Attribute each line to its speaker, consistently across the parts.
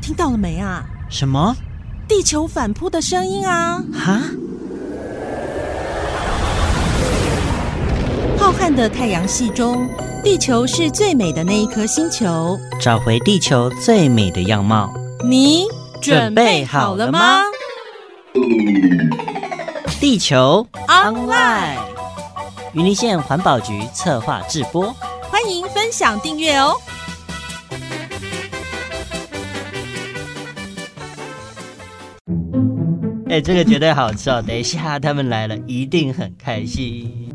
Speaker 1: 听到了没啊？
Speaker 2: 什么？
Speaker 1: 地球反扑的声音啊！
Speaker 2: 哈？
Speaker 1: 浩瀚的太阳系中，地球是最美的那一颗星球。
Speaker 2: 找回地球最美的样貌。
Speaker 1: 你
Speaker 2: 准备好了吗地球
Speaker 1: Online
Speaker 2: 云林县环保局策划制播。
Speaker 1: 欢迎分享订阅哦。
Speaker 2: 哎、这个绝对好吃哦！等一下他们来了，一定很开心。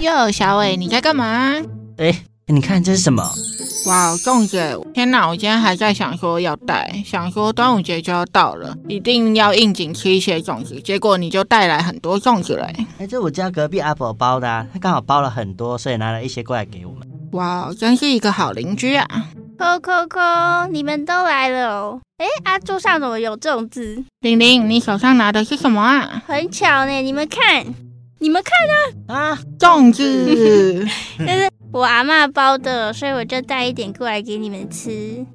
Speaker 3: 哟，小伟，你在干嘛？
Speaker 2: 哎、你看这是什么？
Speaker 3: 哇，粽子！天哪，我今天还在想说要带，想说端午节就要到了，一定要应景吃一些粽子。结果你就带来很多粽子嘞！
Speaker 2: 哎、这我家隔壁阿婆包的、啊，她刚好包了很多，所以拿了一些过来给我们。
Speaker 3: 哇，真是一个好邻居啊！
Speaker 4: 扣扣扣，你们都来了哦！哎，啊，桌上怎么有粽子？
Speaker 3: 玲玲，你手上拿的是什么啊？
Speaker 4: 很巧呢，你们看，你们看，
Speaker 2: 啊，
Speaker 3: 粽子！
Speaker 4: 我阿嬷包的，所以我就带一点过来给你们吃。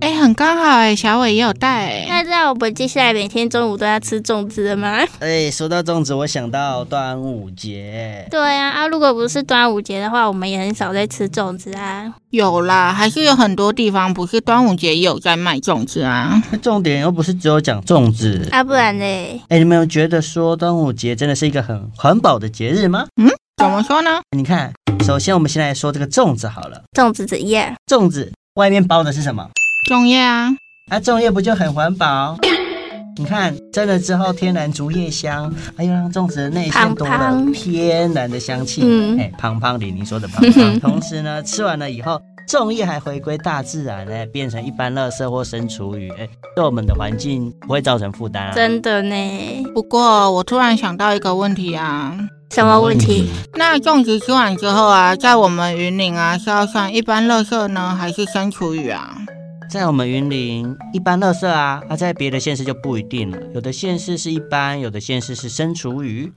Speaker 3: 哎、很刚好哎，小伟也有带哎。
Speaker 4: 那知道我们接下来每天中午都要吃粽子了吗？
Speaker 2: 哎、说到粽子，我想到端午节。
Speaker 4: 对啊，啊，如果不是端午节的话，我们也很少在吃粽子啊。
Speaker 3: 有啦，还是有很多地方不是端午节也有在卖粽子啊。
Speaker 2: 重点又不是只有讲粽子。
Speaker 4: 啊，不然嘞，
Speaker 2: 哎、你们有觉得说端午节真的是一个很环保的节日吗？
Speaker 3: 怎么说呢？
Speaker 2: 你看，首先我们先来说这个粽子好了。
Speaker 4: 粽子怎样？
Speaker 2: 粽子外面包的是什么？
Speaker 3: 粽叶啊，
Speaker 2: 啊，粽叶不就很环保？你看，蒸了之后天然竹叶香，还有让粽子的内馅
Speaker 4: 胖
Speaker 2: 多了
Speaker 4: 胖
Speaker 2: 天然的香气。
Speaker 4: 嗯
Speaker 2: 哎，胖胖李宁说的胖 胖。同时呢，吃完了以后，粽叶还回归大自然，哎，变成一般垃圾或生厨余，哎，对我们的环境不会造成负担啊。
Speaker 4: 真的呢？
Speaker 3: 不过我突然想到一个问题啊，
Speaker 4: 什么问题？
Speaker 3: 那粽子吃完之后啊，在我们云岭啊是要算一般垃圾呢，还是生厨余啊？
Speaker 2: 在我们云林，一般垃圾啊，啊，在别的县市就不一定了。有的县市是一般，有的县市是生厨余。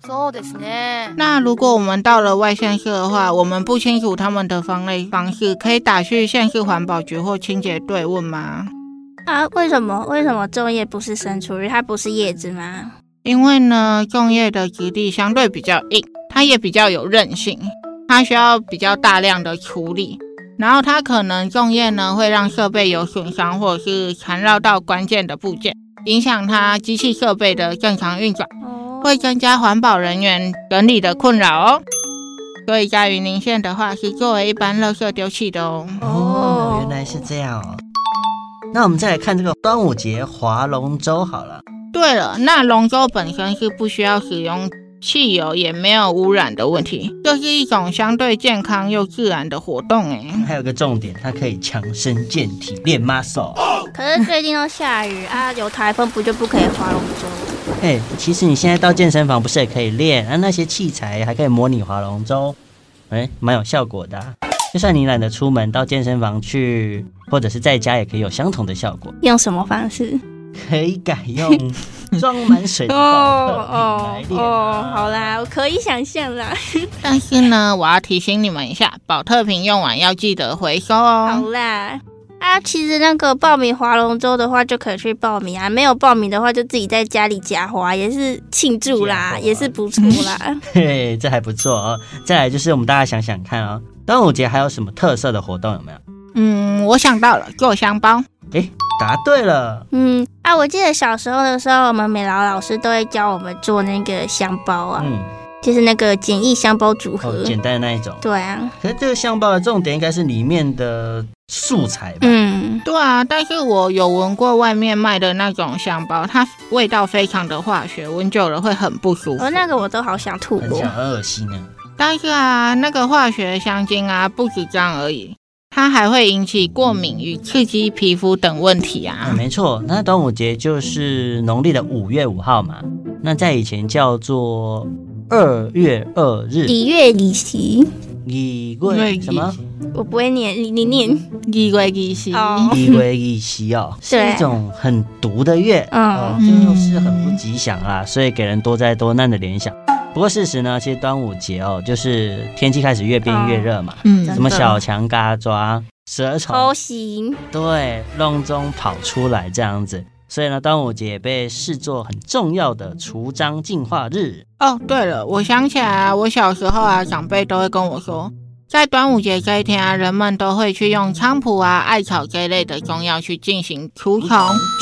Speaker 3: 那如果我们到了外县市的话，我们不清楚他们的分类方式，可以打去县市环保局或清洁队问吗？
Speaker 4: 啊，为什么？为什么粽叶不是生厨余？它不是叶子吗？
Speaker 3: 因为呢，粽叶的质地相对比较硬，它也比较有韧性，它需要比较大量的处理。然后它可能粽叶呢会让设备有损伤，或者是缠绕到关键的部件，影响它机器设备的正常运转，
Speaker 4: 哦
Speaker 3: 会增加环保人员整理的困扰哦。所以在云林县的话，是作为一般垃圾丢弃的哦。
Speaker 2: 哦，原来是这样哦。那我们再来看这个端午节划龙舟好了。
Speaker 3: 对了，那龙舟本身是不需要使用汽油，也没有污染的问题，这是一种相对健康又自然的活动诶。
Speaker 2: 还有个重点，它可以强身健体、练 muscle。
Speaker 4: 可是最近都下雨啊，有台风不就不可以划龙舟？
Speaker 2: 哎、其实你现在到健身房不是也可以练？啊，那些器材还可以模拟划龙舟，哎、蛮有效果的啊、就算你懒得出门，到健身房去，或者是在家也可以有相同的效果。
Speaker 4: 用什么方式？
Speaker 2: 可以改用装满水的宝特瓶来练、
Speaker 4: 哦，
Speaker 2: 啊。
Speaker 4: 好啦，我可以想象啦。
Speaker 3: 但是呢，我要提醒你们一下，保特瓶用完要记得回收
Speaker 4: 好
Speaker 3: 哦。
Speaker 4: 啦，啊，其实那个报名划龙舟的话，就可以去报名啊；没有报名的话，就自己在家里假划，也是庆祝
Speaker 2: 假
Speaker 4: 啦，
Speaker 2: 滑
Speaker 4: 也是不错啦。
Speaker 2: 嘿，这还不错哦。再来就是我们大家想想看哦，端午节还有什么特色的活动有没有？
Speaker 3: 嗯，我想到了，做香包。
Speaker 2: 答对了。
Speaker 4: 嗯，啊，我记得小时候的时候，我们美劳老师都会教我们做那个香包啊，
Speaker 2: 嗯，
Speaker 4: 就是那个简易香包组合
Speaker 2: 哦，。简单的那一种。
Speaker 4: 对啊，
Speaker 2: 可是这个相包的重点应该是里面的素材吧？
Speaker 4: 嗯，
Speaker 3: 对啊，但是我有闻过外面卖的那种香包，它味道非常的化学，闻久了会很不舒服
Speaker 4: 哦，。那个我都好想吐
Speaker 2: 很
Speaker 4: 哦
Speaker 2: 想。很恶心啊！
Speaker 3: 但是啊，那个化学香精啊，不止这样而已，它还会引起过敏与刺激皮肤等问题
Speaker 2: 啊，
Speaker 3: 啊。
Speaker 2: 没错，那端午节就是农历的五月五号嘛，那在以前叫做二月二日，
Speaker 4: 礼乐礼习，
Speaker 2: 一
Speaker 3: 对
Speaker 2: 月什么？
Speaker 4: 我不会念，你你念
Speaker 3: 一归一息
Speaker 4: 哦。
Speaker 2: 一月一夕哦，是
Speaker 4: 对
Speaker 2: 一种很毒的月，
Speaker 4: 嗯
Speaker 2: 哦，就是很不吉祥啦，所以给人多灾多难的联想。不过事实呢，其实端午节哦，就是天气开始越变越热嘛，
Speaker 3: 嗯
Speaker 2: 什么小强嘎抓、蛇虫
Speaker 4: 头型，
Speaker 2: 对笼中跑出来这样子。所以呢，端午节也被视作很重要的除瘴净化日。
Speaker 3: 哦，对了，我想起来、啊，我小时候啊，长辈都会跟我说，在端午节这一天啊，人们都会去用菖蒲啊、艾草这一类的中药去进行除虫，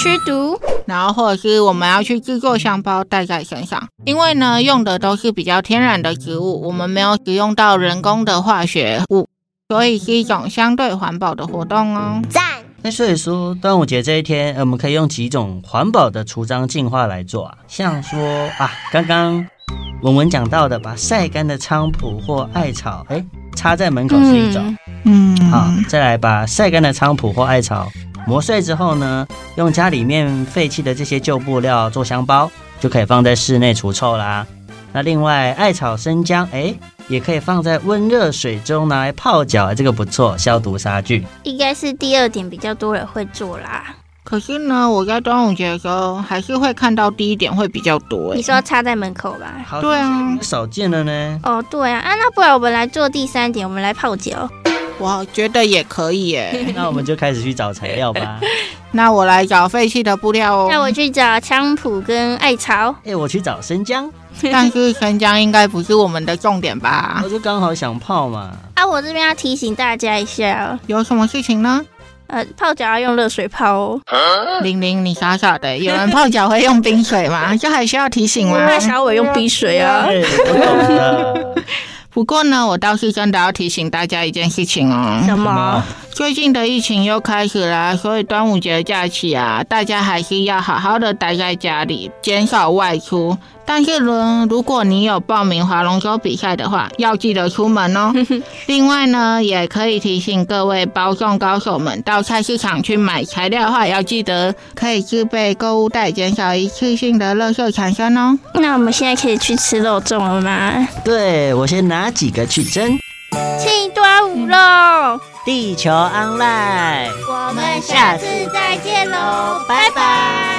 Speaker 4: 驱毒，
Speaker 3: 然后或者是我们要去制作香包带在身上，因为呢，用的都是比较天然的植物，我们没有使用到人工的化学物，所以是一种相对环保的活动哦。
Speaker 4: 赞，
Speaker 2: 那所以说，端午节这一天，呃我们可以用几种环保的除瘴净化来做啊，像说啊，刚刚文文讲到的，把晒干的菖蒲或艾草，哎，插在门口是一种。
Speaker 4: 嗯
Speaker 3: 嗯，
Speaker 2: 好，再来把晒干的菖蒲或艾草磨碎之后呢，用家里面废弃的这些旧布料做香包，就可以放在室内除臭啦。那另外，艾草生姜，哎，也可以放在温热水中拿来泡脚，这个不错，消毒杀菌。
Speaker 4: 应该是第二点比较多人会做啦。
Speaker 3: 可是呢，我在端午节的时候还是会看到第一点会比较多、
Speaker 4: 你
Speaker 3: 欸。
Speaker 4: 说要插在门口吧？
Speaker 2: 好，
Speaker 3: 对啊，
Speaker 2: 少见了呢。
Speaker 4: 哦，对啊，啊，那不然我们来做第三点，我们来泡脚。
Speaker 3: 我觉得也可以耶、
Speaker 2: 那我们就开始去找材料吧。
Speaker 3: 那我来找废弃的布料哦。
Speaker 4: 那我 去找菖蒲跟艾草。
Speaker 2: 哎，我去找生姜，
Speaker 3: 但是生姜应该不是我们的重点吧
Speaker 2: 我？就刚好想泡嘛。
Speaker 4: 啊，我这边要提醒大家一下哦，
Speaker 3: 有什么事情呢？
Speaker 4: 呃，泡脚要用热水泡哦。
Speaker 3: 玲玲，你傻傻的，有人泡脚会用冰水吗？ 这还需要提醒吗？
Speaker 4: 那小伟用冰水啊。
Speaker 2: 哎，我呃懂了。
Speaker 3: 不过呢，我倒是真的要提醒大家一件事情哦。
Speaker 1: 嗯
Speaker 4: 什么？
Speaker 3: 最近的疫情又开始啦，所以端午节假期啊，大家还是要好好的待在家里，减少外出。但是呢，如果你有报名划龙舟比赛的话，要记得出门哦。另外呢，也可以提醒各位包粽高手们，到菜市场去买材料的话，要记得可以自备购物袋，减少一次性的垃圾产生哦。
Speaker 4: 那我们现在可以去吃肉粽了吗？
Speaker 2: 对，我先拿几个去蒸。
Speaker 4: 庆端午喽！
Speaker 2: 地球 online。
Speaker 4: 我
Speaker 3: 们
Speaker 4: 们
Speaker 3: 下
Speaker 4: 下次再见喽，拜拜。